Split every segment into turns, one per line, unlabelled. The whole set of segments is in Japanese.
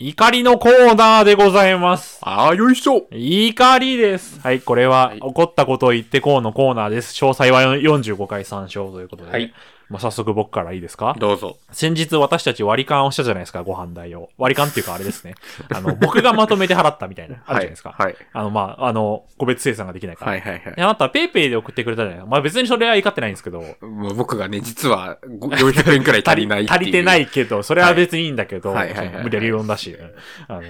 怒りのコーナーでございます。
ああ、よいしょ
怒りです。はい、これは怒ったことを言ってこうのコーナーです。詳細は45回参照ということで。
はい。
まあ、早速僕からいいですか
どうぞ。
先日私たち割り勘をしたじゃないですか、ご飯代を。割り勘っていうかあれですね。あの、僕がまとめて払ったみたいな、あるじゃないですか。
はい。
あの、まあ、あの、個別生産ができないから。
はいはいはい
で。あなた、ペイペイで送ってくれたじゃないまあ別にそれは怒ってないんですけど。
もう僕がね、実はご400円くらい足りないっていう。
足りてないけど、それは別にいいんだけど、
はいはいはいはい
無理やり呼んだし。うんあの、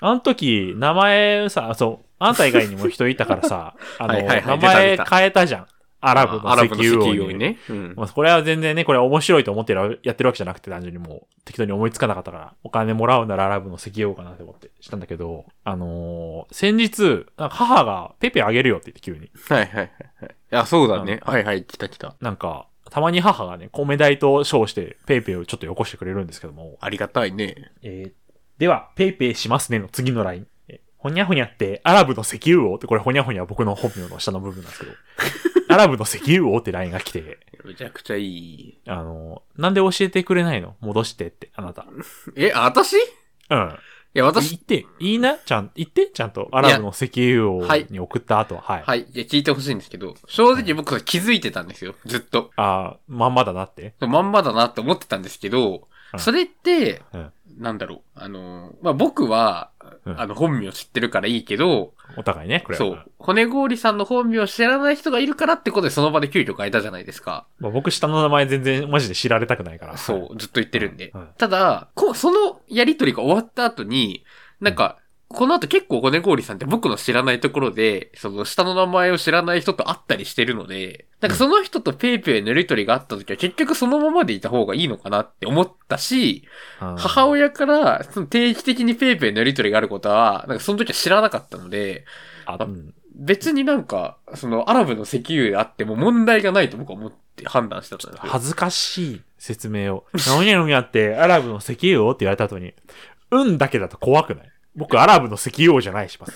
あの時、名前さ、そう、あんた以外にも人いたから さ、あの、
はいはいは
名前
い出た出た
変えたじゃん。アラブ
あアラ
の
ブ
石油王に。
にね。うん。
まあ、これは全然ね、これは面白いと思ってるやってるわけじゃなくて、単純にもう適当に思いつかなかったから、お金もらうならアラブの石油王かなって思ってしたんだけど、あのー先日、なんか母がペイペイあげるよって言って急に。
はいはいはいはい。あ、そうだね。はいはい、来た来た。
なんか、たまに母がね、米代と称してペイペイをちょっとよこしてくれるんですけども、
ありがたいね。
えーでは、ペイペイしますねの次のライン。えほにゃほにゃって、アラブの石油王って、これほにゃほにゃは僕の本名の下の部分なんですけ ど、アラブの石油王ってラインが来て、
めちゃくちゃいい。
あの、なんで教えてくれないの戻してって、あなた。うん。
え、あ私いや、
言
私
っ。て、いいなちゃん、言ってちゃんと、アラブの石油王
はい
に送った後は、はい。
はい。いや、聞いてほしいんですけど、正直僕は気づいてたんですよ。ずっと。
ああ、まんまだなって。
まんまだなって思ってたんですけど
う、ん
それって
うん、
なんだろう。あの、まあ、僕は、
うん
あの、本名知ってるからいいけど、
お互いね、これは。
そう。骨氷さんの本名を知らない人がいるからってことでその場で急遽変えたじゃないですか。
まあ僕、下の名前全然、マジで知られたくないから。
そ。う、ずっと言ってるんで。
うん
ただこ、そのやりとりが終わった後に、なんか、この後結構骨氷さんって僕の知らないところで、その下の名前を知らない人と会ったりしてるので、なんかその人とペイペイのやりとりがあった時は結局そのままでいた方がいいのかなって思ったし、
うん
母親からその定期的にペイペイのやりとりがあることは、なんかその時は知らなかったので、
あうん
別になんか、そのアラブの石油であっても問題がないと僕は思って判断してたんですよ。
恥ずかしい説明を。何やのにやって、アラブの石油王って言われた後に、運だけだと怖くない僕、アラブの石油王じゃないします。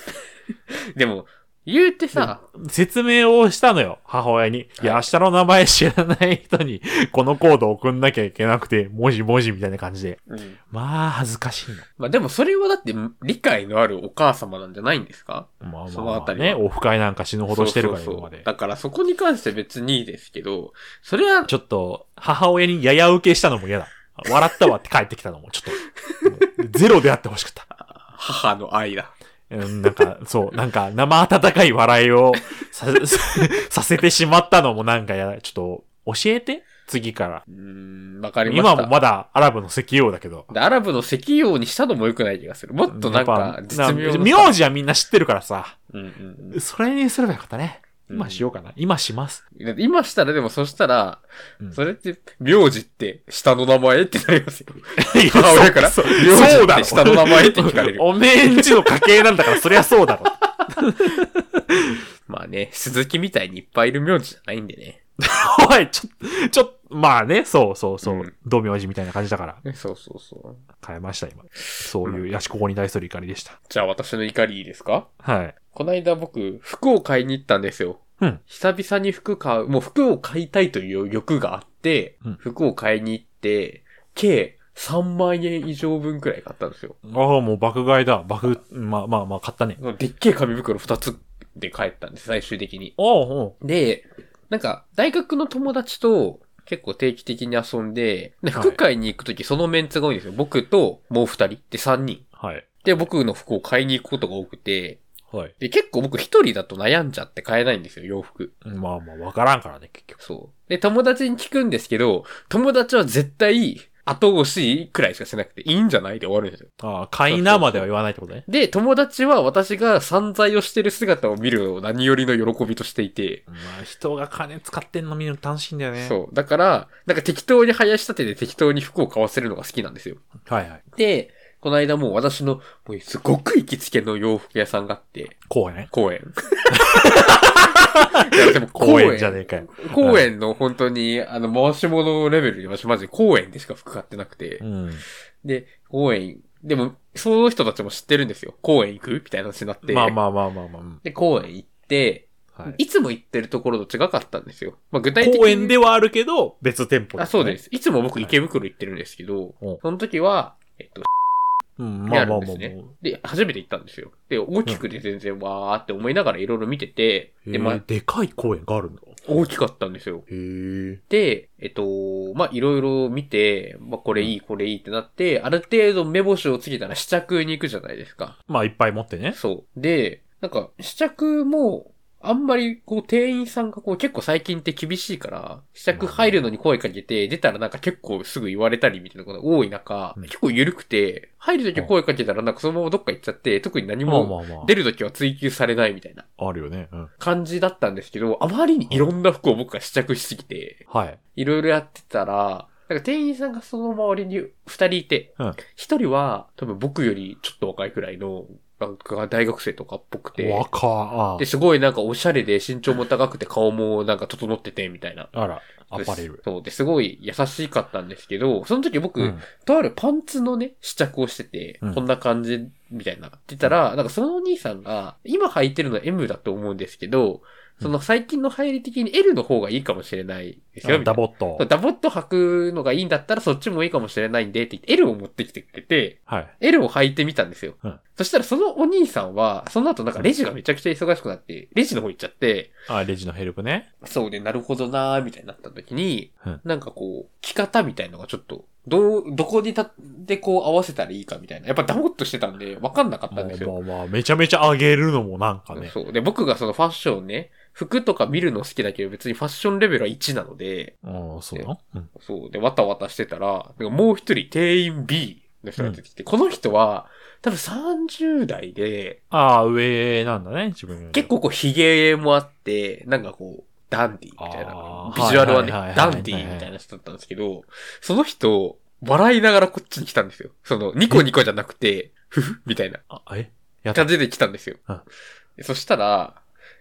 でも、言うてさ、
説明をしたのよ、母親に。いや、明日の名前知らない人に、このコード送んなきゃいけなくて、文字文字みたいな感じで。
うん
まあ、恥ずかしいの。
まあでもそれはだって理解のあるお母様なんじゃないんですか
まあ
そ
ま
の
あ
あ
まあ
たりは
ね、オフ会なんか死ぬほどしてるから、
そうそう
今
そ
ま
う
で。
だからそこに関して別にいいですけど、それは、
ちょっと、母親にやや受けしたのも嫌だ。笑ったわって帰ってきたのも、ちょっと、もうゼロであってほしかった。
母の愛だ。
うん、なんか、そう、なんか、生温かい笑いをさ、ささせてしまったのもなんかやだ、ちょっと、教えて次から。
うーん、わかりました。
今もまだアラブの石油王だけど。
でアラブの石油王にしたのも良くない気がする。もっとなん
や
か
っ、ぱ
絶
な
妙な
名字はみんな知ってるからさ、
うんうん
それにすればよかったね。
うん
今しようかな。今します。
だって今したらでもそしたら、
うん
それって、名字って下の名前ってなりますよ。
母
母親から、
そう
名字
そう
っ
だろ
て下の名前って聞かれる。
おめえんちの家系なんだから、そりゃそう だろ。
まあね、鈴木みたいにいっぱいいる名字じゃないんでね。。
おい、ちょ、ちょ、まあね、そうそうそううん同名字みたいな感じだから、
そうそうそう。
変えました、今。そういう、ヤシココに対する怒りでした。
じゃあ私の怒りいいですか
はい。
こないだ僕、服を買いに行ったんですよ。
うん
久々に服買う、もう服を買いたいという欲があって、
うん
服を買いに行って、計3万円以上分くらい買ったんですよ。
ああ、もう爆買いだ。爆、まあまあまあ、買ったね。
でっけえ紙袋2つで帰ったんです、最終的に。
ああ、お
で、なんか、大学の友達と結構定期的に遊んで、で
はい
服買いに行くときそのメンツが多いんですよ。僕ともう二人で三人。
はい。
で、僕の服を買いに行くことが多くて、
はい。
で、結構僕一人だと悩んじゃって買えないんですよ、洋服。
まあまあ、わからんからね、結局。
そう。で、友達に聞くんですけど、友達は絶対後押しいくらいしかしなくて、いいんじゃないで終わるんですよ。
ああ、買いなまでは言わないってことね。
で、友達は私が散財をしてる姿を見るのを何よりの喜びとしていて、
まあ、人が金使ってんの見るの楽しいんだよね。
そう。だから、なんか適当に林立てで適当に服を買わせるのが好きなんですよ。
う。はいはい。
で、この間もう私の、もうすごく行きつけの洋服屋さんがあって、
こうやね。
公園。いやでも
公園じゃねえかよ。
公園の本当に、あの、回し物レベルに私マジで公園でしか服買ってなくて
う、ん。
で、公園、でも、その人たちも知ってるんですよ。公園行くみたいな話になって。
まあまあまあまあまあうん。
で、公園行って、
はい。
いつも行ってるところと違かったんですよ。まあ具体的に。
公園ではあるけど、別店舗。
あ、そうですす。いつも僕
はい
池袋行ってるんですけど、
お
その時は、えっと、
うん、
に
ま
あ
あ
る
まあ
んで
まあ
すね
まあ
で、初めて行ったんですよ。で、大きくて全然わーって思いながらいろいろ見てて、
へ
で、まあ
え、、でかい公園があるんだ。
大きかったんですよ。
へえ。
で、えっと、まあ、いろいろ見て、まあ、これいい、これいいってなって、ある程度目星をつけたら試着に行くじゃないですか。
まあ、いっぱい持ってね。
そう。で、なんか、試着も、あんまり、こう、店員さんがこう、結構最近って厳しいから、試着入るのに声かけて、出たらなんか結構すぐ言われたりみたいなことが多い中、
うん
結構緩くて、入るとき声かけたらなんかそのままどっか行っちゃって、特に何
まあ
も
まあま
出るときは追求されないみたいな
あ。あるよね。うん。
感じだったんですけど、あまりにいろんな服を僕が試着しすぎて、
はい。
いろいろやってたら、なんか店員さんがその周りに二人いて
うん、
一、人は多分僕よりちょっと若いくらいの、なんか大学生とかっぽくて、
若あ
で、。すごいなんかおしゃれで身長も高くて顔もなんか整っててみたいな。
あら、アパレル。
そうで、すごい優しかったんですけど、その時僕、
うん。
とあるパンツのね、試着をしてて、
うん
こんな感じみたいな。って言ったら、なんかそのお兄さんが、今履いてるのは M だと思うんですけど、その最近の流行り的に L の方がいいかもしれないですよ、みた
ダ
いな
ボット
そう。ダボっと履くのがいいんだったらそっちもいいかもしれないんでって言って L を持ってきてくれて、
はい。
L を履いてみたんですよ。
うん
そしたらそのお兄さんは、その後なんかレジがめちゃくちゃ忙しくなって、レジの方行っちゃって、
あ、レジのヘルプね。
そうね、なるほどなーみたいになった時に、
うん
なんかこう、着方みたいのがちょっと、どう、どこにたでこう合わせたらいいかみたいな。やっぱダボっとしてたんで、わかんなかっ
ま
た
あ
んですよ。
まあまあ、めちゃめちゃ上げるのもなんかね。
そう。で、僕がそのファッションね、服とか見るの好きだけど別にファッションレベルは1なので、
ああ、そうなのうん。
そう。で、わたわたしてたら、なんかもう一人店員 B の人が出てきて、この人は、多分30代で、
ああ、上なんだね、自分より
結構こう、髭もあって、なんかこう、ダンディーみたい
あ
な。
ー
ビジュアルはね、
はいはいはい
ダ
はい
ンディーみたいな人だったんですけど、その人、笑いながらこっちに来たんですよ。その、ニコニコじゃなくて、ふふみたいな
あ、えやった
感。じで来たんですよ
うん。
でそしたら、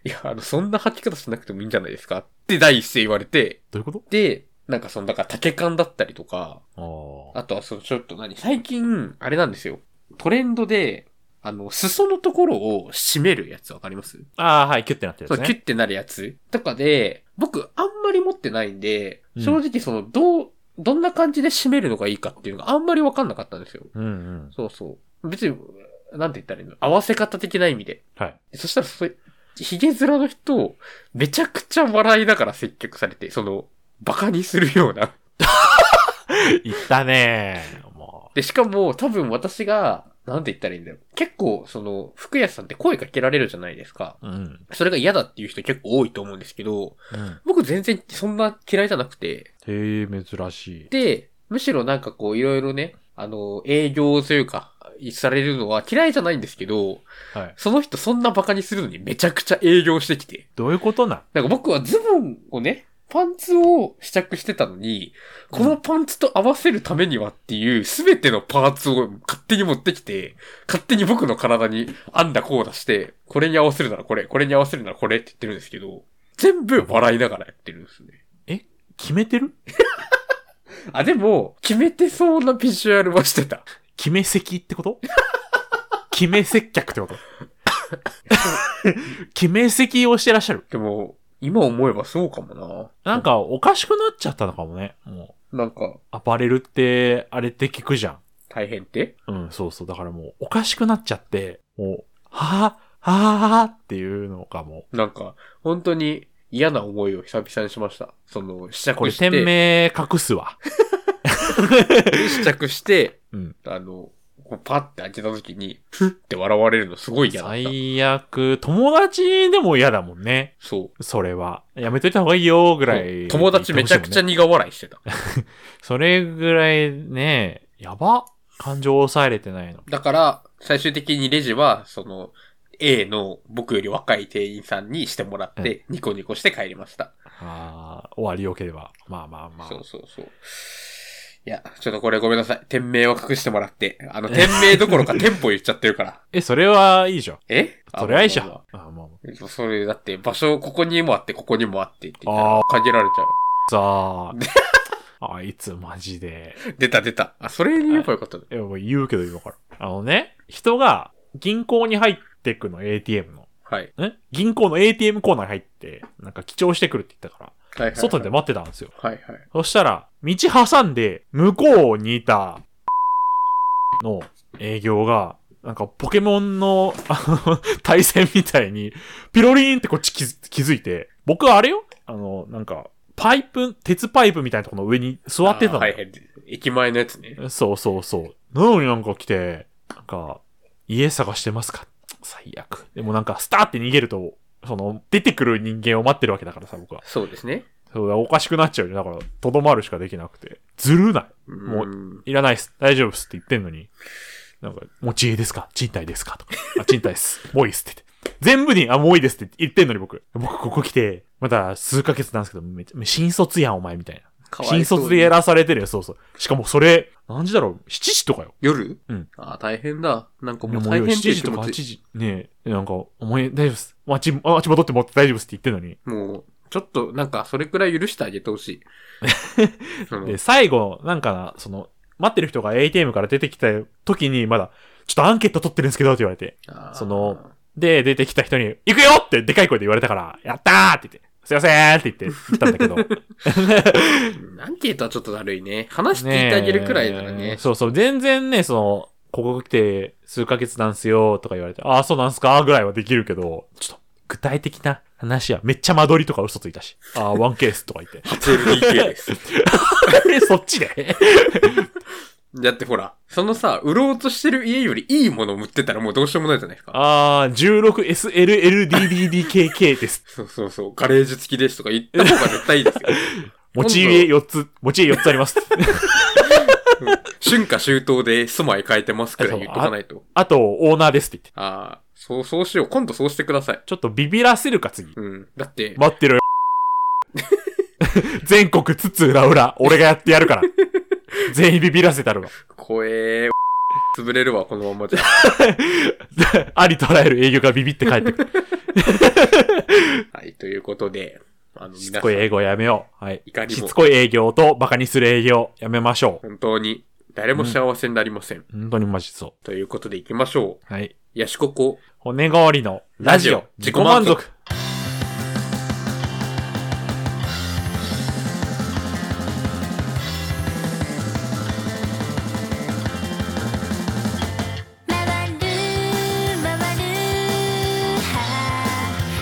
いや、あの、そんな履き方しなくてもいいんじゃないですかって第一声言われて、
どういうこと
で、なんかその、だから竹缶だったりとか、
あ
あとは、そのちょっと何最近、あれなんですよ。トレンドで、あの、裾のところを締めるやつわかります
あ。ああ、はい、キュッてなってる
そ
や
う、
つ
キュ
ね。
ッてなるやつとかで、僕、あんまり持ってないんで、
うん
正直その、どう、どんな感じで締めるのがいいかっていうのがあんまりわかんなかったんですよ。
うんうん。
そうそう。別に、なんて言ったらいいの合わせ方的な意味で。
はい。
そしたら、それ、ヒゲ面の人、めちゃくちゃ笑いながら接客されて、その、バカにするような。
いったねも
で、しかも、多分私が、なんて言ったらいいんだろう。結構、その、服屋さんって声かけられるじゃないですか。
う。うん。
それが嫌だっていう人結構多いと思うんですけど、
うん。
僕全然そんな嫌いじゃなくて。
へえ、珍しい。
で、むしろなんかこう、いろいろね、あの、営業というか、されるのは嫌いじゃないんですけど、
はい。
その人そんなバカにするのにめちゃくちゃ営業してきて。
どういうことなん
なんか僕はズボンをね、パンツを試着してたのに、このパンツと合わせるためにはっていう全てのパーツを勝手に持ってきて、勝手に僕の体に編んだこう出して、これに合わせるならこれ、これに合わせるならこれって言ってるんですけど、全部笑いながらやってるんですね。
決めてる
あ、でも、決めてそうなビジュアルはしてた。
決め席ってこと 決め接客ってこと決め席をしてらっしゃる。
でも、今思えばそうかもな。
なん、かおかしくなっちゃったのかもね。もう、
なんか、
アパレルって、あれって聞くじゃ
大変って
ん。うん、そうそう。だからもう、おかしくなっちゃって、もう、はぁ、はぁ、っていうのかも。
なんか、本当に嫌な思いを久々にしました。その、試
こ
着
れ、
して。
店名隠す わ。
試着して、
うん
あの、こうパッて開けた時に、ふって笑われるのすごい嫌だった。
最悪、友達でも嫌だもんね。
そう。
それは。やめといた方がいいよ、ぐらい。
友達めちゃくちゃ苦笑いしてた。
それぐらいね、やば。感情を抑えれてないの。
だから、最終的にレジは、その、A の僕より若い店員さんにしてもらって、ニコニコして帰りました。
ああ、終わりよければ。まあまあまあ
そう。そうそう。いや、ちょっとこれごめんなさい。店名を隠してもらって。あの、店名どころか店舗言っちゃってるから。
え、それはいいじゃん。
え
それはいいじゃん。
あまあ
あまあま
まあまあそれ、だって、場所、ここにもあって、ここにもあってって言った
あ
ら、限られちゃう。
あ。さ あ。あいつマジで。
出た出た。あ、それ言えばよかったね。
いや、もう言うけど今から。あのね、人が銀行に入ってくの、ATM の。
はい。
ね銀行の ATM コーナーに入って、なんか記帳してくるって言ったか
はいはい、
ら、外で。待ってたんですよ。
はいはい。
そしたら、道挟んで、向こうにいた、の、営業が、なんかポケモンの、あの、 対戦みたいに、ピロリーンってこっち気づ気づいて、僕はあれよあの、なんか、パイプ、鉄パイプみたいなところの上に座ってたの。
あーはいはい。駅前のやつね。
そうそうそう。なのになんか来て、なんか、家探してますか最悪。でもなんか、スターって逃げると、その、出てくる人間を待ってるわけだからさ、僕は。
そうですね。
そうだ、おかしくなっちゃうよ。だから、とどまるしかできなくて。ずるない。も
うん、
いらないっす。大丈夫っすって言ってんのに。なんか、持ち家ですか賃貸ですかとか。あ、賃貸っす。 もういいっすって言って。全部に、あ、もういいですって言ってんのに僕。僕ここ来て、まだ数ヶ月なんですけど、めっちゃ、新卒やんお前みたいな。
かわいそうに
新卒でやらされてるよ、そうそう。しかもそれ、何時だろう ?7 時とかよ。
夜
うん。
ああ、大変だ。なんか
い
も
や
う
もう
大
よ
変
7
っていう
時とか8
気持ち
時。ねえ、なんか、お前大丈夫っす。街、あ街戻って戻って大丈夫っすって言ってんのに。
もう、ちょっと、なんか、それくらい許してあげてほしい。そ の
で、最後、なんかな、その、待ってる人が ATM から出てきた時に、まだ、ちょっとアンケート取ってるんですけど、って言われて。
あー
そので、出てきた人に、行くよってでかい声で言われたから、やったーって言って、すいませんって言って、行ったんだ けど。
うんアンケートはちょっとだるいね。話聞いてあげるくらいならね。
そうそう、全然ね、その、ここ来て数ヶ月なんすよとか言われて、ああ、そうなんすかぐらいはできるけど、ちょっと、具体的な話は、めっちゃ間取りとか嘘ついたし、ああ、ワンケースとか言って。
2K です。
え そっちで
だってほら、そのさ、売ろうとしてる家よりいいものを売ってたらもうどうしようもないじゃないですか。
ああ、16SLLDDDKK です。
そうそうそう、ガレージ付きですとか言った方が絶対いいです よ。
持ち家4つ、持ち家4つあります。
春夏秋冬で住まい変えてますくらい言っとかないと。
あと、オーナーですって言って。
ああ、そう、そうしよう。今度そうしてください。
ちょっとビビらせるか、次。
うん。だって、
待ってろよ。 全国津々浦々、俺がやってやるから。全員ビビらせたるわ。
怖えー、潰れるわ、このまま じゃ。
ありとあらゆる営業がビビって帰ってくる。
はい、ということで、あの、
し
皆
つ
さ
こい
ん、
営業やめよう。はい
怒。り
し
も
つこい営業とバカにする営業やめましょ
本当に、誰も幸せになりません。
う。本当にマジそ
ということで行きましょう。
う。はい。
ヤシココ。
骨代わりのラジオ、自
自
己
己
満
満
足
足。
「まわるまわる」「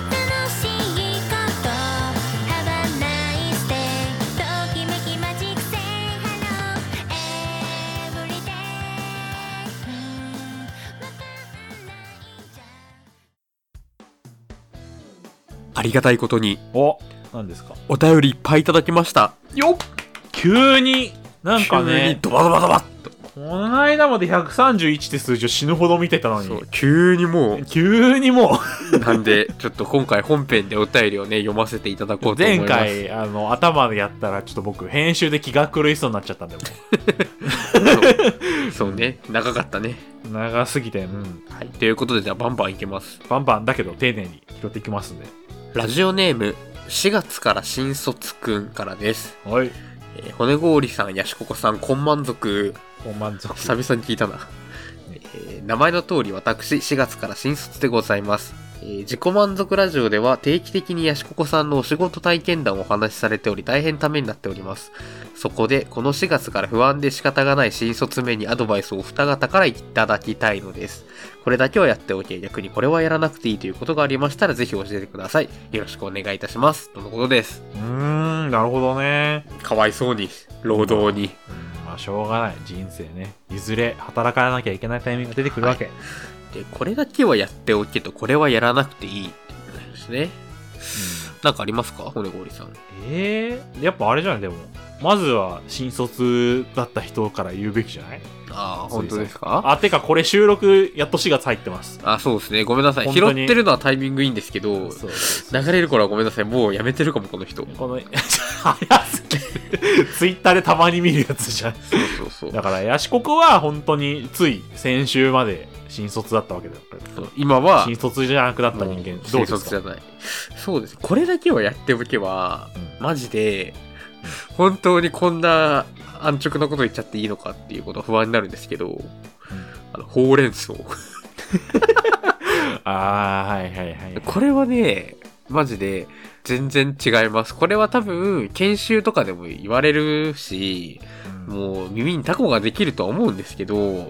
楽しいこと」「ハワないステイ」「ときめきマジックセイハロー」「エブリデイ」「わかんないじゃん」
ありがたいことに、
お、何ですか
お便りいっぱいいただきました。
よっ急に、なんか
急
ね
に、ドバドバドバッと。
この間まで131って数字を死ぬほど見てたの
そ
に
う、、急にも
急にもう、
う、なんで、ちょっと今回本編でお便りをね、読ませていただこうと思い
前
ます。
回、あの、頭でやったら、ちょっと僕、編集で気が狂いそうになっちゃったんで、も
そう。 そうね、長かったね。
う長すぎて、うん。
はい、ということで、じゃあバンバンいけます。
バンバンだけど、丁寧に拾っていきますんで。
ラジオネーム、4月から新卒くんからです。
はい。
えー骨氷さん、やしここさん、こん満足。
ご満足。
久々に聞いたな。えー名前の通り私、4月から新卒でございます。えー自己満足ラジオでは定期的にヤシココさんのお仕事体験談をお話しされており大変ためになっております。そこで、この4月から不安で仕方がない新卒目にアドバイスをお二方からいただきたいのです。これだけはやっておけ、逆にこれはやらなくていいということがありましたらぜひ教えてください。よろしくお願いいたします。とのことです。
うーん、なるほどね。
かわいそうに、労働に。
うん、まあ、しょうがない。人生ね。いずれ、働かなきゃいけないタイミングが出てくるわけ。
で、これだけはやっておけと、これはやらなくていいっていうことですね。なんかありますか骨氷さん。
うん、えー、やっぱあれじゃないでも、まずは、新卒だった人から言うべきじゃない
ああ、
そう
本
です
当ですか
あ、てか、これ収録、やっと4月入ってます。
あそうですね。ごめんなさい。
本当に
拾ってるのはタイミングいいんですけど、
そう
流れる頃はごめんなさい。もうやめてるかも、この人。
この、 早すぎる。ツイッターでたまに見るやつじゃん。
そうそうそう
だから、ヤシココは本当につい先週まで新卒だったわけだから。
そう。今は、
新卒じゃなくなった人間、どう
新
です
卒じ
か
ゃない。そうです。これだけはやっておけば、
うん
マジで、本当にこんな安直なこと言っちゃっていいのかっていうことは不安になるんですけど、あの、ほうれん草。
あー、はいはいはい。
これはね、マジで全然違います。これは多分、研修とかでも言われるし、
うん
もう耳にタコができるとは思うんですけど、
うん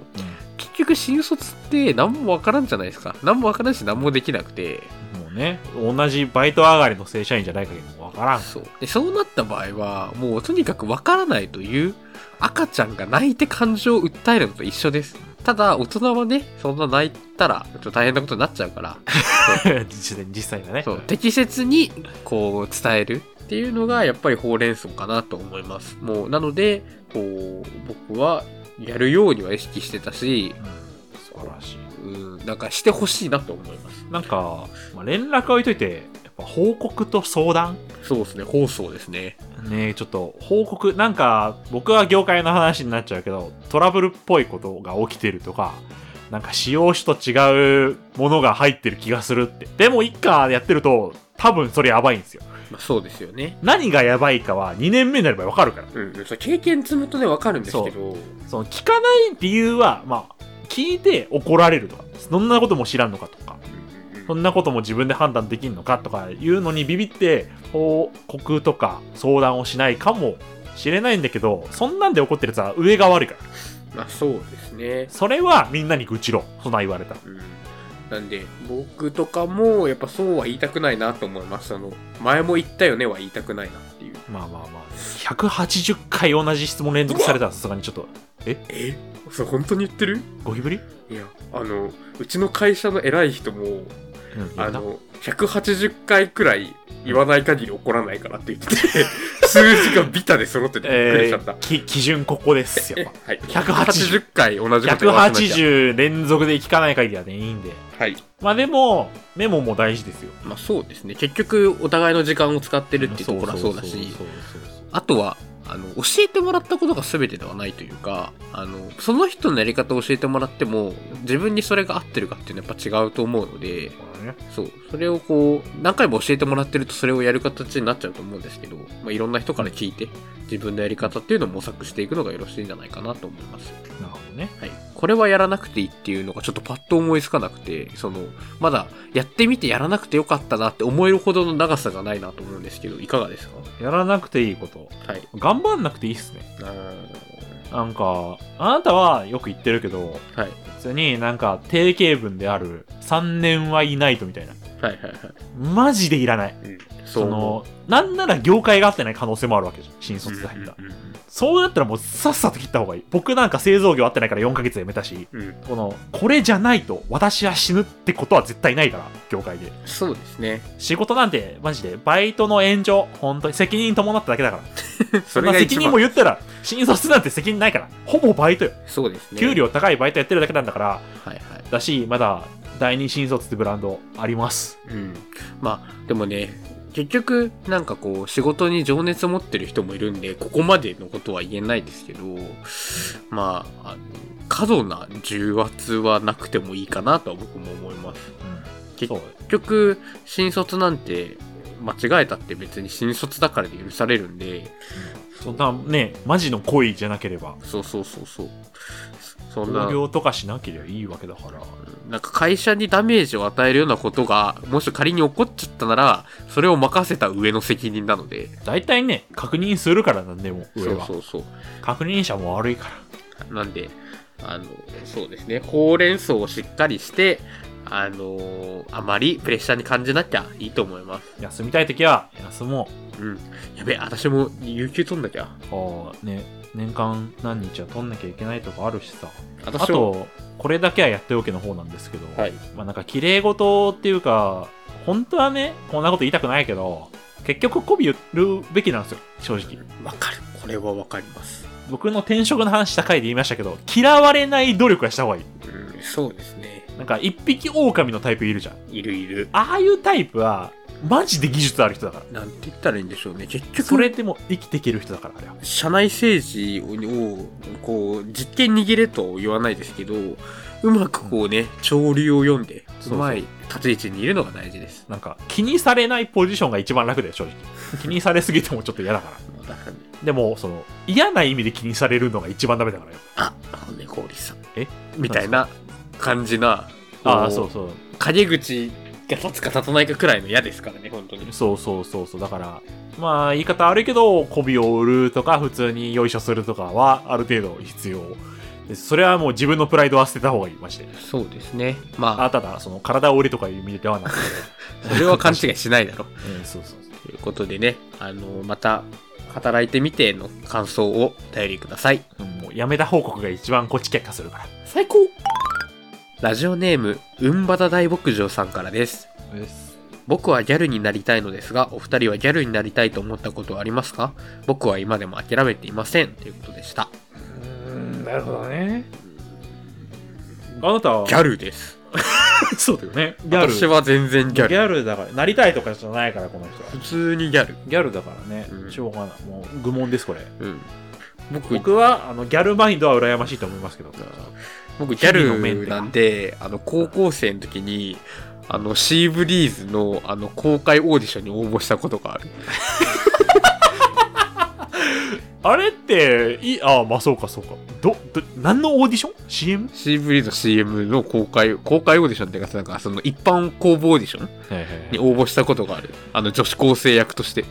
結局新卒って何もわからんじゃないですか。何もわからんし何もできなくて。
もうね、同じバイト上がりの正社員じゃない限りもうわからん。
そう。で、そうなった場合は、もうとにかくわからないという赤ちゃんが泣いて感情を訴えるのと一緒です。ただ、大人はね、そんな泣いたら、ちょっと大変なことになっちゃうから、
実際実際だね。
そう、 適切に、こう、伝えるっていうのが、やっぱりほうれん草かなと思います。もう、なので、こう、僕は、やるようには意識してたし、
うん素晴らしい。
うん、なんかしてほしいなと思います。
なんか、まあ、連絡は置いといて、やっぱ報告と相談
そうですね、放送ですね。
ねちょっと報告、なんか僕は業界の話になっちゃうけど、トラブルっぽいことが起きてるとか、なんか使用種と違うものが入ってる気がするって。でも一家やってると、多分それやばいんですよ。
まあ、そうですよね。
何がやばいかは2年目になればわかるから。
うん、うんそう経験積むとね、わかるんですけど、
その聞かない理由は、まあ、聞いて怒られるとか、そんなことも知らんのかとか、そんなことも自分で判断できんのかとかいうのにビビって、報告とか相談をしないかもしれないんだけど、そんなんで怒ってるやつは上が悪いから。
まあそうですね。
それはみんなに愚痴ろ。そんなん言われたら。
うん。なんで、僕とかも、やっぱそうは言いたくないなと思います。あの、前も言ったよねは言いたくないなっていう。
まあまあまあ。180回同じ質問連続されたらさすがにちょっと、
えそれ本当に言ってる
ゴキブリ
いや、あの、うちの会社の偉い人も、
うん
あ
言うな
の、180回くらい言わない限り怒らないからって言って て、数字がビタで揃っててびっくりし
え
ちゃった
ー、。き基準ここです よ。
はい、
180
180回同じこと言わせなきゃ
180連続で聞かない限りはね、いいんで。
はい。
まあでも、メモも大事ですよ。
まあそうですね。結局、お互いの時間を使ってるっていうところはそうだ
そう
し、
そうそうそう
あとは、あの、教えてもらったことが全てではないというか、あの、その人のやり方を教えてもらっても、自分にそれが合ってるかっていうのはやっぱ違うと思うので、
そうだね
そう、それをこう、何回も教えてもらってるとそれをやる形になっちゃうと思うんですけど、まあいろんな人から聞いて、自分のやり方っていうのを模索していくのがよろしいんじゃないかなと思います。
なるほどね。
はい、これはやらなくていいっていうのがちょっとパッと思いつかなくてそのまだやってみてやらなくてよかったなって思えるほどの長さがないなと思うんですけどいかがですか
やらなくていいこと。
はい
頑張んなくていいっすね。なんか、あなたはよく言ってるけど、
はい
普通になんか定型文である3年はいないとみたいな。
はいはいはい、
マジでいらない。
うん、
その、なんなら業界が合ってない可能性もあるわけじゃん。新卒で入った。
うんうん
そうなったらもうさっさと切った方がいい。僕なんか製造業合ってないから4ヶ月で辞めたし、
うんうん
この、これじゃないと私は死ぬってことは絶対ないから、業界で。
そうですね
仕事なんてマジでバイトの炎上、本当に責任伴っただけだから。
そ
ま
れ
あ
が
責
一
任も
番
言ったら、新卒なんて責任ないから。ほぼバイトよ。
そうですね
給料高いバイトやってるだけなんだから、
はいはい
だし、まだ第二新卒ってブランドあります。
うん、まあでもね結局なんかこう仕事に情熱を持ってる人もいるんでここまでのことは言えないですけどまああの過度な重圧はなくてもいいかなとは僕も思います
うん、
結
そう。
結局新卒なんて間違えたって別に新卒だからで許されるんで
そんなね、マジの恋じゃなければ、
そうそうそうそうそんな
同業とかしなければいいわけだから。
なんか会社にダメージを与えるようなことがもし仮に起こっちゃったならそれを任せた上の責任なので
大体ね、確認するからなんでも、上は。
そうそうそう
確認者も悪いから。
なんで、あの、そうですね、ほうれん草をしっかりして、あのーあまりプレッシャーに感じなきゃいいと思います。
休みたいときは、休も
うん。やべ、私も有給取んなきゃ。
う。こう、ね、年間何日は取んなきゃいけないとかあるしさ。あ
私も、
と、これだけはやっておけの方なんですけど、
はい。
まあなんか綺麗事っていうか、本当はね、こんなこと言いたくないけど、結局媚び売るべきなんですよ、正直。
わかる。これはわかります。
僕の転職の話した回で言いましたけど、嫌われない努力はした方がいい。
うん、そうですね。
なんか一匹狼のタイプいるじゃん。
いるいる。
ああいうタイプは、マジで技術ある人だから。
なんて言ったらいいんでしょうね。結局、
それでも生きていける人だから、あれは。
社内政治を、こう、実験握れとは言わないですけど、うまくこうね、潮流を読んで、
そううそう
まい立ち位置にいるのが大事です。
なんか気にされないポジションが一番楽だよ、正直。気にされすぎてもちょっと嫌だから。
まあ確かに。
でも、その、嫌な意味で気にされるのが一番ダメだからよ。
あ、あのね、氷さん。
え
みたいな感じな。
ああ、
こ
そうそう。
陰口が立つか立たないかくらいの嫌ですからね、本当に。
そうそうそうそう。だから、まあ、言い方悪いけど、媚びを売るとか、普通によいしょするとかは、ある程度必要でそれはもう自分のプライドは捨てた方がいい、まして。
そうですね。ま
あ
あ、
ただ、その体を売りとかいう意味ではなくて。
それは勘違いしないだろう。
うんそうそうそう。
ということでね、あの、また、働いてみての感想をお便りください。
うんもうやめた報告が一番こっち結果するから。
最高ラジオネーム、うんばた大牧場さんからです。
です。
僕はギャルになりたいのですが、お二人はギャルになりたいと思ったことはありますか僕は今でも諦めていません。ということでした。
うん、なるほどね。あなたは、
ギャルです。
そうだよね。ギャル。
私は全然ギャ
ギ
ル。
ャルだから、なりたいとかじゃないから、この人は
普。通にギャル。
ギャルだからね、
うん
しょうがない。もう愚問です、これ。
うん。僕、
僕は、あの、ギャルマインドは羨ましいと思いますけど。
僕ギャルなんで、あの、高校生の時に、あの、シーブリーズの、あの、公開オーディションに応募したことがある。
あれって、いい、ああ、まあそうかそうか。ど、ど、何のオーディション ?CM?
シーブリーズの CM の公開、公開オーディションっていうか、なんか、その一般公募オーディション
はいはい
に応募したことがある。あの、女子高生役と して。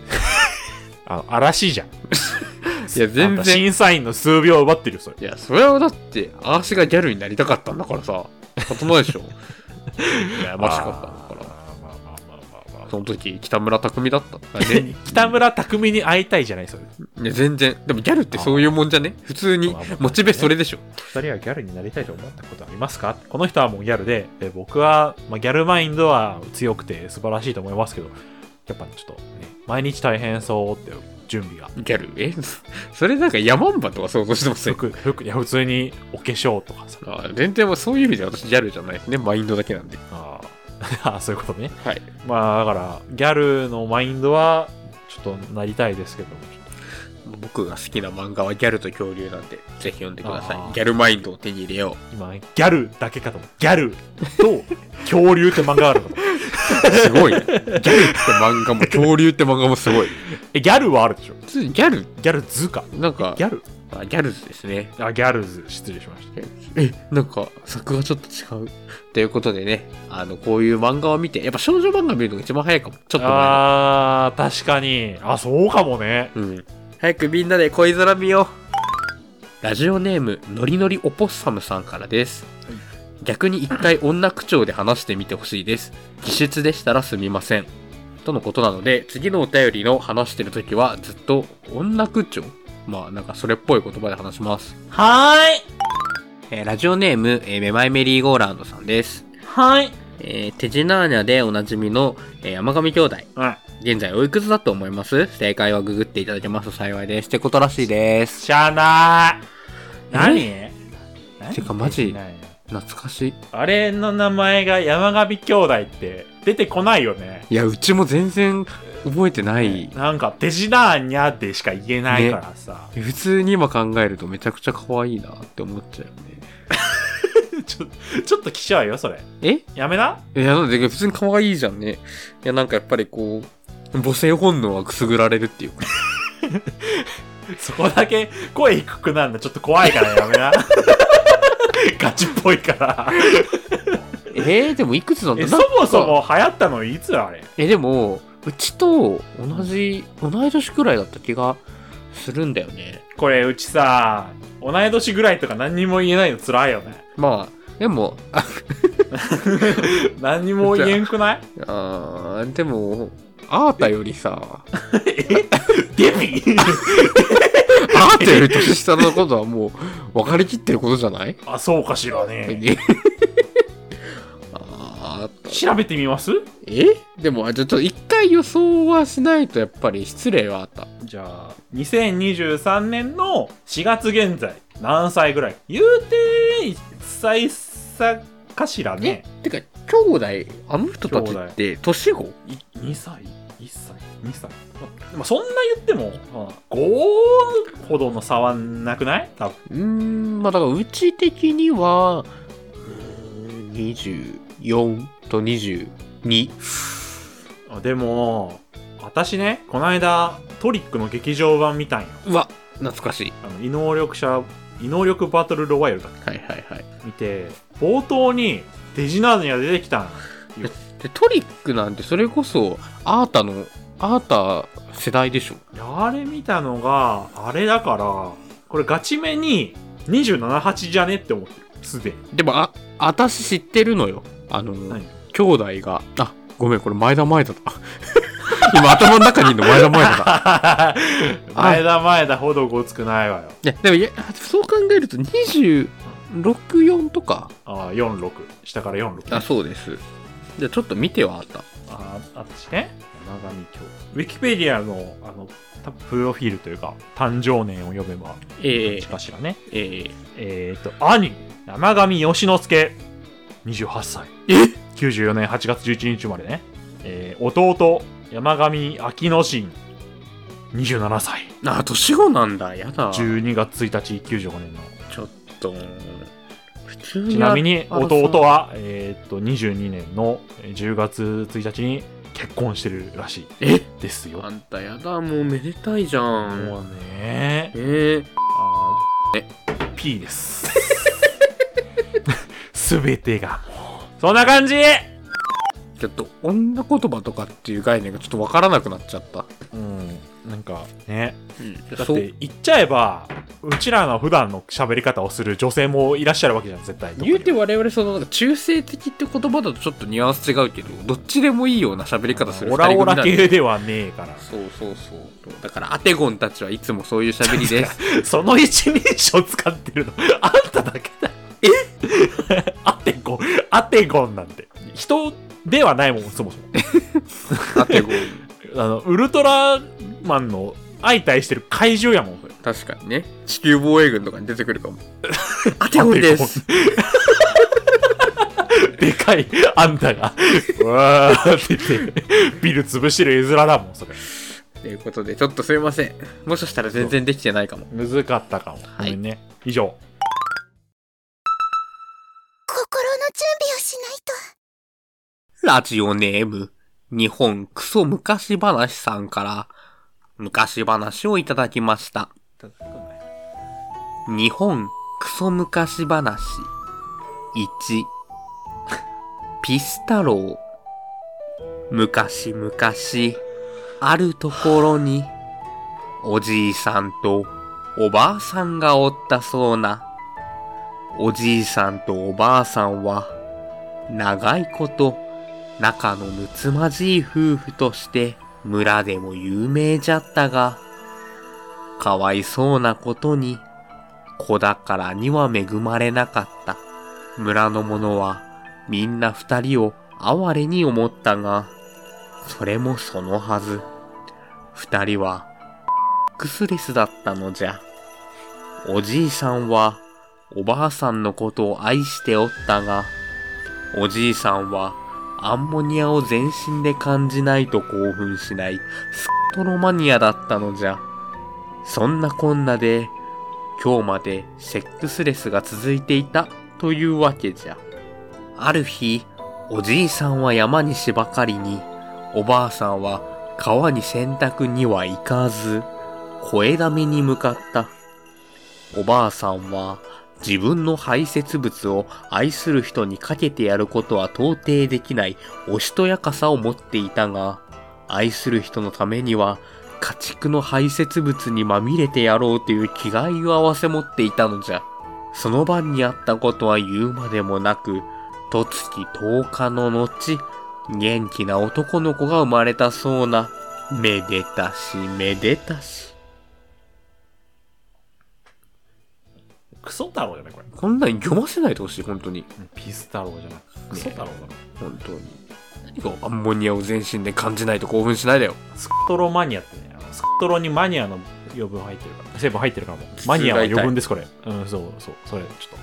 あの、嵐じゃん。
いや、
あん
全
た
然。
審査員の数秒奪ってるよ、それ。
いや、それはだって、あーしがギャルになりたかったんだからさ、仕方ないでしょ。いや、ましかったんだか
あーまあまあまあまあまあ
ら。その時、北村匠海だったん だね。
北村匠海に会いたいじゃない、それ。
いや、全然。でもギャルってそういうもんじゃね普通に
まあまあ、
モチベそれでしょ。
二人はギャルになりたいと思ったことありますかこの人はもうギャルで、え僕は、まあ、ギャルマインドは強くて素晴らしいと思いますけど、やっぱちょっとね、毎日大変そうって、準備が。
ギャルえ それなんかヤマンバとか想像してますよ。
服、服、いや、普通にお化粧とかさ。
あー全然もうそういう意味で私ギャルじゃないですね。マインドだけなんで。
あー あー、そういうことね。
はい。
まあ、だから、ギャルのマインドは、ちょっとなりたいですけど、
僕が好きな漫画はギャルと恐竜なんで、ぜひ読んでくださ
あー
い。ギャルマインドを手に入れよ
今、ギャルだけかと思う。ギャルと恐竜って漫画があるのかと思う。
う。すごいね。ギャルって漫画も恐竜って漫画もす ごい。
え、ギャルはあるでしょ
普通にギャル、
ギャルズか。
なんか、
ギャル
あギャルズですね。
あ、ギャルズ、失礼しました。
え、なんか、作がちょっと違う。ということでね、あの、こういう漫画を見て、やっぱ少女漫画見るのが一番早いかも。ちょっと前は
あー、確かに。あ、そうかもね。
うん。早くみんなで恋空見よう。ラジオネーム、ノリノリオポッサムさんからです。逆に一回女口調で話してみてほしいです。気質でしたらすみません。とのことなので、次のお便りの話してるときは、ずっと女口調まあ、なんかそれっぽい言葉で話します。
はー
えーラジオネーム、えーめまいメリーゴーランドさんです。
い。はい。
えー、テジナーニャでおなじみの、えー山上兄弟。
はい。
現在おいくつだと思います正解はググっていただけますと幸いです。ってことらしいです。
しゃあなー。何
てかマ
何
ジ
言ってんの
懐かしい。
あれの名前が山上兄弟って出てこないよね。
いや、うちも全然覚えてない。
なんか、デジナーニャでしか言えないからさ。
普通に今考えるとめちゃくちゃ可愛いなって思っちゃうよね。
ちょちょっと来ちゃうよ、それ。
え
やめな。
いや、なんで普通に可愛いじゃんね。いや、なんかやっぱりこう、母性本能はくすぐられるっていうか。
そこだけ 声低くなるのちょっと怖いからやめな。 ガチっぽいから。
えー、でもいくつなんだ
え、
な
そ
んか
もそも流行ったのいつあれ
え、でも、うちと同じ、同い年くらいだった気がするんだよね。
これうちさ同い年ぐらいとか何にも言えないのつらいよね
まあ、でも、あ
何にも言えんくない
あーでも、あーたより さ、
デビ
あーたより年下のことはもう、分かりきってることじゃない
あそうかしらね
えあー
調べてみます
えでも、あちょっと一回予想はしないとやっぱり失礼はあった。
じゃあ2023年の4月現在何歳ぐらい言うて1歳差かしらね
えてか、兄弟、あの人たち
兄弟
って年後
い2歳1歳2歳ままあそんな言っても、ま5ほどの差はなくない多分
うーん、まあだからうち的には、うーん24と22。
あでも私ねこの間トリックの劇場版見たんよ
うわ、懐かしい。
あの異能力者異能力バトルロワイヤルだっ
はいはいはい。
け見て冒頭にデジナーズが出てきたん
で、トリックなんてそれこそ、アータの、アータ世代でしょ。
いやあれ見たのがあれだからこれガチめに278じゃねって思ってる。すで に。
でも、あ、私知ってるのよ。あの、
はい
兄弟が、あ、ごめん、これ前田前田だ。 今頭の中にいるの前田前田だ。
前田前田ほどごつくないわよ。
いや、でもいや、そう考えると26、4とか。
ああ、46。下から46。
あ、そうです。じゃあちょっと見てはあった。
ああ私ね山上京ウィキペディアのあのたプロフィールというか誕生年を読めば
ええ
しかしらね
え
えっ、と兄山上義之助28歳
え
94年8月11日生まれね、えー弟山上昭之進27歳
あ、年子なんだ。やだ。ちょ
12月1日95年の
っと。普通
ちなみに
あのさ
弟は、えっと22年の10月1日に結婚してるらし
え
いですよ
あんたやだ、もうめでたいじゃ
も
ん。
うね
ええ
あー P です。 すべてが もう、そんな感じ
ちょっと女言葉とかっていう概念がちょっとわからなくなっちゃった。
うん、なんかね。
うん、
だっ
そう
て言っちゃえば、うちらの普段の喋り方をする女性もいらっしゃるわけじゃん、絶対。
言うて
も
我々そのなんか中性的って言葉だとちょっとニュアンス違うけどどっちでもいいような喋り方する
オ
二
ラ
人組
オ
なん
ラ
で
系ではねえから。
そうそうそうだからアテゴンたちはいつもそういう喋りです
その一人称使ってるの、あんただけだ。え アテゴン、アテゴンなんて。人ではないもん、そもそも。
アテゴン
あの、ウルトラマンの相対してる怪獣やもん、それ。
確かにね地球防衛軍とかに出てくるかも アテゴンです
でかいあんたが、うわー って言って、ビル潰してる絵面だもん、それ。
ということでちょっとすいませんもしかしたら全然できてないかも
むずかったかも。ごめんね。以上。
心の準備をしないと
ラジオネーム日本クソ昔話さんから昔話をいただきました日本クソ昔話1ピスタロウ昔々あるところにおじいさんとおばあさんがおったそうなおじいさんとおばあさんは長いこと仲のむつまじい夫婦として村でも有名じゃったがかわいそうなことに子宝には恵まれなかった。村の者はみんな二人を哀れに思ったが、それもそのはず。二人は、クスレスだったのじゃ。おじいさんは、おばあさんのことを愛しておったが、おじいさんは、アンモニアを全身で感じないと興奮しない、スットロマニアだったのじゃ。そんなこんなで、今日までセックスレスが続いていたというわけじゃ。ある日、おじいさんは山にしばかりに、おばあさんは川に洗濯には行かず、小枝目に向かった。おばあさんは自分の排泄物を愛する人にかけてやることは到底できないおしとやかさを持っていたが、愛する人のためには家畜の排泄物にまみれてやろうという気概を合わせ持っていたのじゃ。その晩にあったことは言うまでもなく、とつき10日の後、元気な男の子が生まれたそうな、めでたしめでたし。
クソ太郎じゃないこれ。
こんなん読ませないでほしい、本当に。
ピス太郎じゃなくクソ太郎だろ。
本当に。何がアンモニアを全身で感じないと興奮しないだよ。
スクトロマニアってね、あのスクトロにマニアの余分入ってるから、成分入ってるからもう。マニアは余分です、これ。うん、そうそう、それ、ちょっ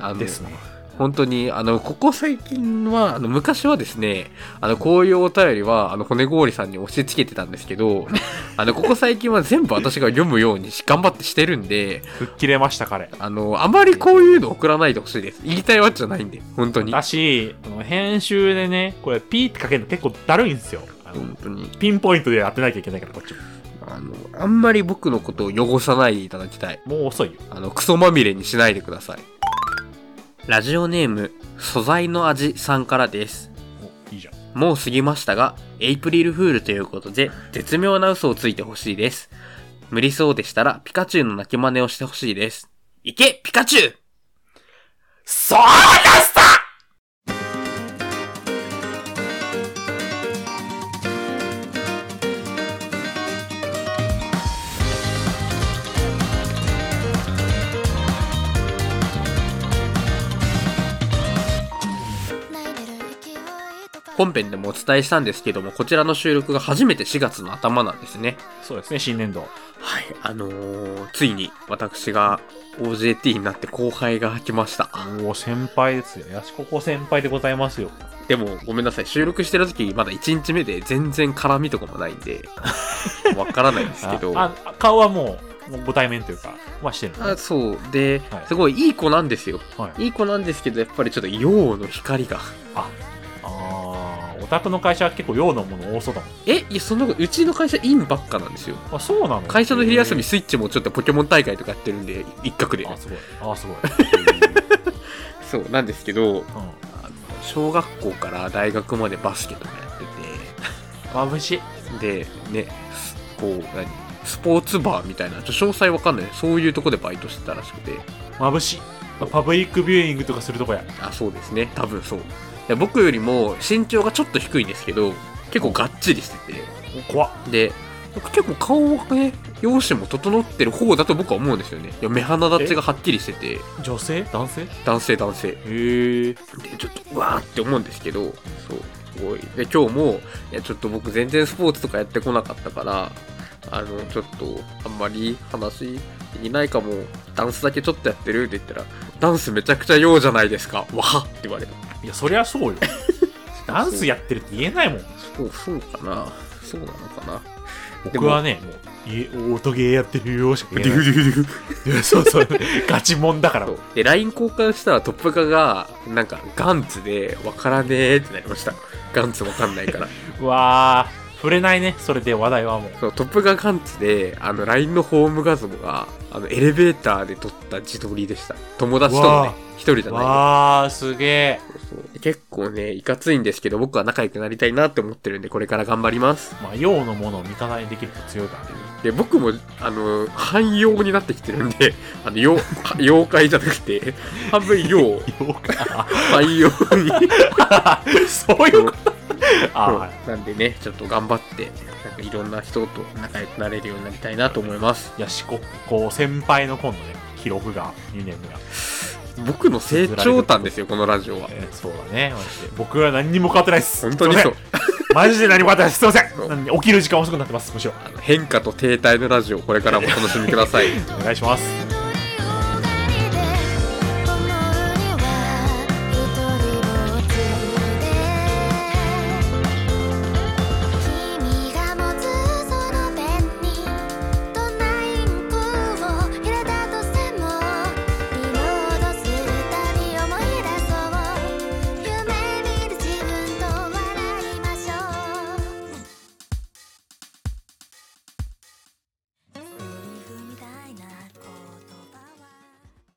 あ
と。
の
ですね。
本当に、あの、ここ最近は、あの、昔はですね、あの、こういうお便りは、あの、骨氷さんに押し付けてたんですけ ど、あの、ここ最近は全部私が読むようにし頑張ってしてるんで、
吹っ切れました、彼。
あの、あまりこういうの送らないでほしいです。言いたいわけじゃないんで、本当に。
だし、あの編集でね、これ、ピーってかけるの結構だるいんですよ。あの
本当に。
ピンポイントで当てなきゃいけないから、こっちも。
あの、あんまり僕のことを汚さないでいただきたい。
もう遅いよ。
あの、クソまみれにしないでください。ラジオネーム、素材の味さんからです。
おいいじゃん。
もう過ぎましたが、エイプリルフールということで、絶妙な嘘をついてほしいです。無理そうでしたら、ピカチュウの鳴き真似をしてほしいです。行け、ピカチュウ
そうだした
本編でもお伝えしたんですけども、こちらの収録が初めて4月の頭なんですね。
そうですね、新年度。
はい、あのー、ついに私が OJT になって後輩が来ました。
おお、先輩ですよ。やしここ先輩でございますよ。
でも、ごめんなさい、収録してる時まだ1日目で全然絡みとかもないんで、わからないんですけ
あ
ど。
あ顔はもう、もうご対面というか、はしてるのね、
あそう。で
は、い
すごいいい子なんですよ。
はい。
いい子なんですけど、やっぱりちょっと陽の光が。
ああ、オタクの会社は結構用のもの多そうだもん。
え、いや、そんなこと、うちの会社インばっかなんですよ。
あ、そうなの
会社の昼休み、
へー
スイッチもちょっとポケモン大会とかやってるんで、一角で
あ、。すごい。あ、すごい。
そう、なんですけ
う
ど、
ん。
小学校から大学までバスケとかやっ
眩しい。
てて、で、ね、すこう、何スポーツバーみたいな、ちょっと詳細わかんない。そういうとこでバイトしてたらしくて。
眩しい。パブリックビューイングとかするとこや。
あ、そうですね。多分そう。で僕よりも身長がちょっと低いんですけど、結構がっちりしてて。
お怖っ。
で、なんか結構顔がね、容姿も整ってる方だと僕は思うんですよね。いや、目鼻立ちがはっきりしてて、
女性男性へ
男性男性。
え。
で、ちょっと、うわーって思うんですけど、そう、すごい。で、今日も、いや、ちょっと僕全然スポーツとかやってこなかったから、あの、ちょっと、あんまり話できないかも、ダンスだけちょっとやってるって言ったら、ダンスめちゃくちゃ用じゃないですか、わはっって言われた。
いや、そりゃ そうよ。ダンスやってるって言えないもん。
そう、そうかな。そうなのかな。
僕はね、もう、いえ、音ゲーやってるよしか
で
言
も、
えない。いや そうそう。ガチモンだから
そ。うで LINE 交換したらトップカがなんかガンツでわからねえってなりましたガンツわかんない から
うわー、触れないね。それで話題はもう。
そうトップカガンツであの LINE のホーム画像があのエレベーターで撮った自撮りでした友達とのね
わあ
一人じゃない
わー、すげえ。
そうで結構ねいかついんですけど僕は仲良くなりたいなって思ってるんでこれから頑張ります
まあ、用のものを味方にできると強いからね。
で僕もあの汎用になってきてるんであの妖 妖怪じゃなくて半分 妖
用か。
汎用に
そういうことあー、はい
そうなんでねちょっと頑張ってなんかいろんな人と仲良くなれるようになりたいなと思います
いや、四国、こう、先輩の今度ね、記録が2年目が。
僕の成長譚ですよこのラジオは
えーそうだね、マジで。僕は何にも変わってないっす。
本当に
すい
そ
ません マ
う
ジで何も変わってないです。すいませ
そうん
なんで。起きる時間遅くなってます、むしろ。
あの変化と停滞のラジオこれからもお楽しみください
お願いします。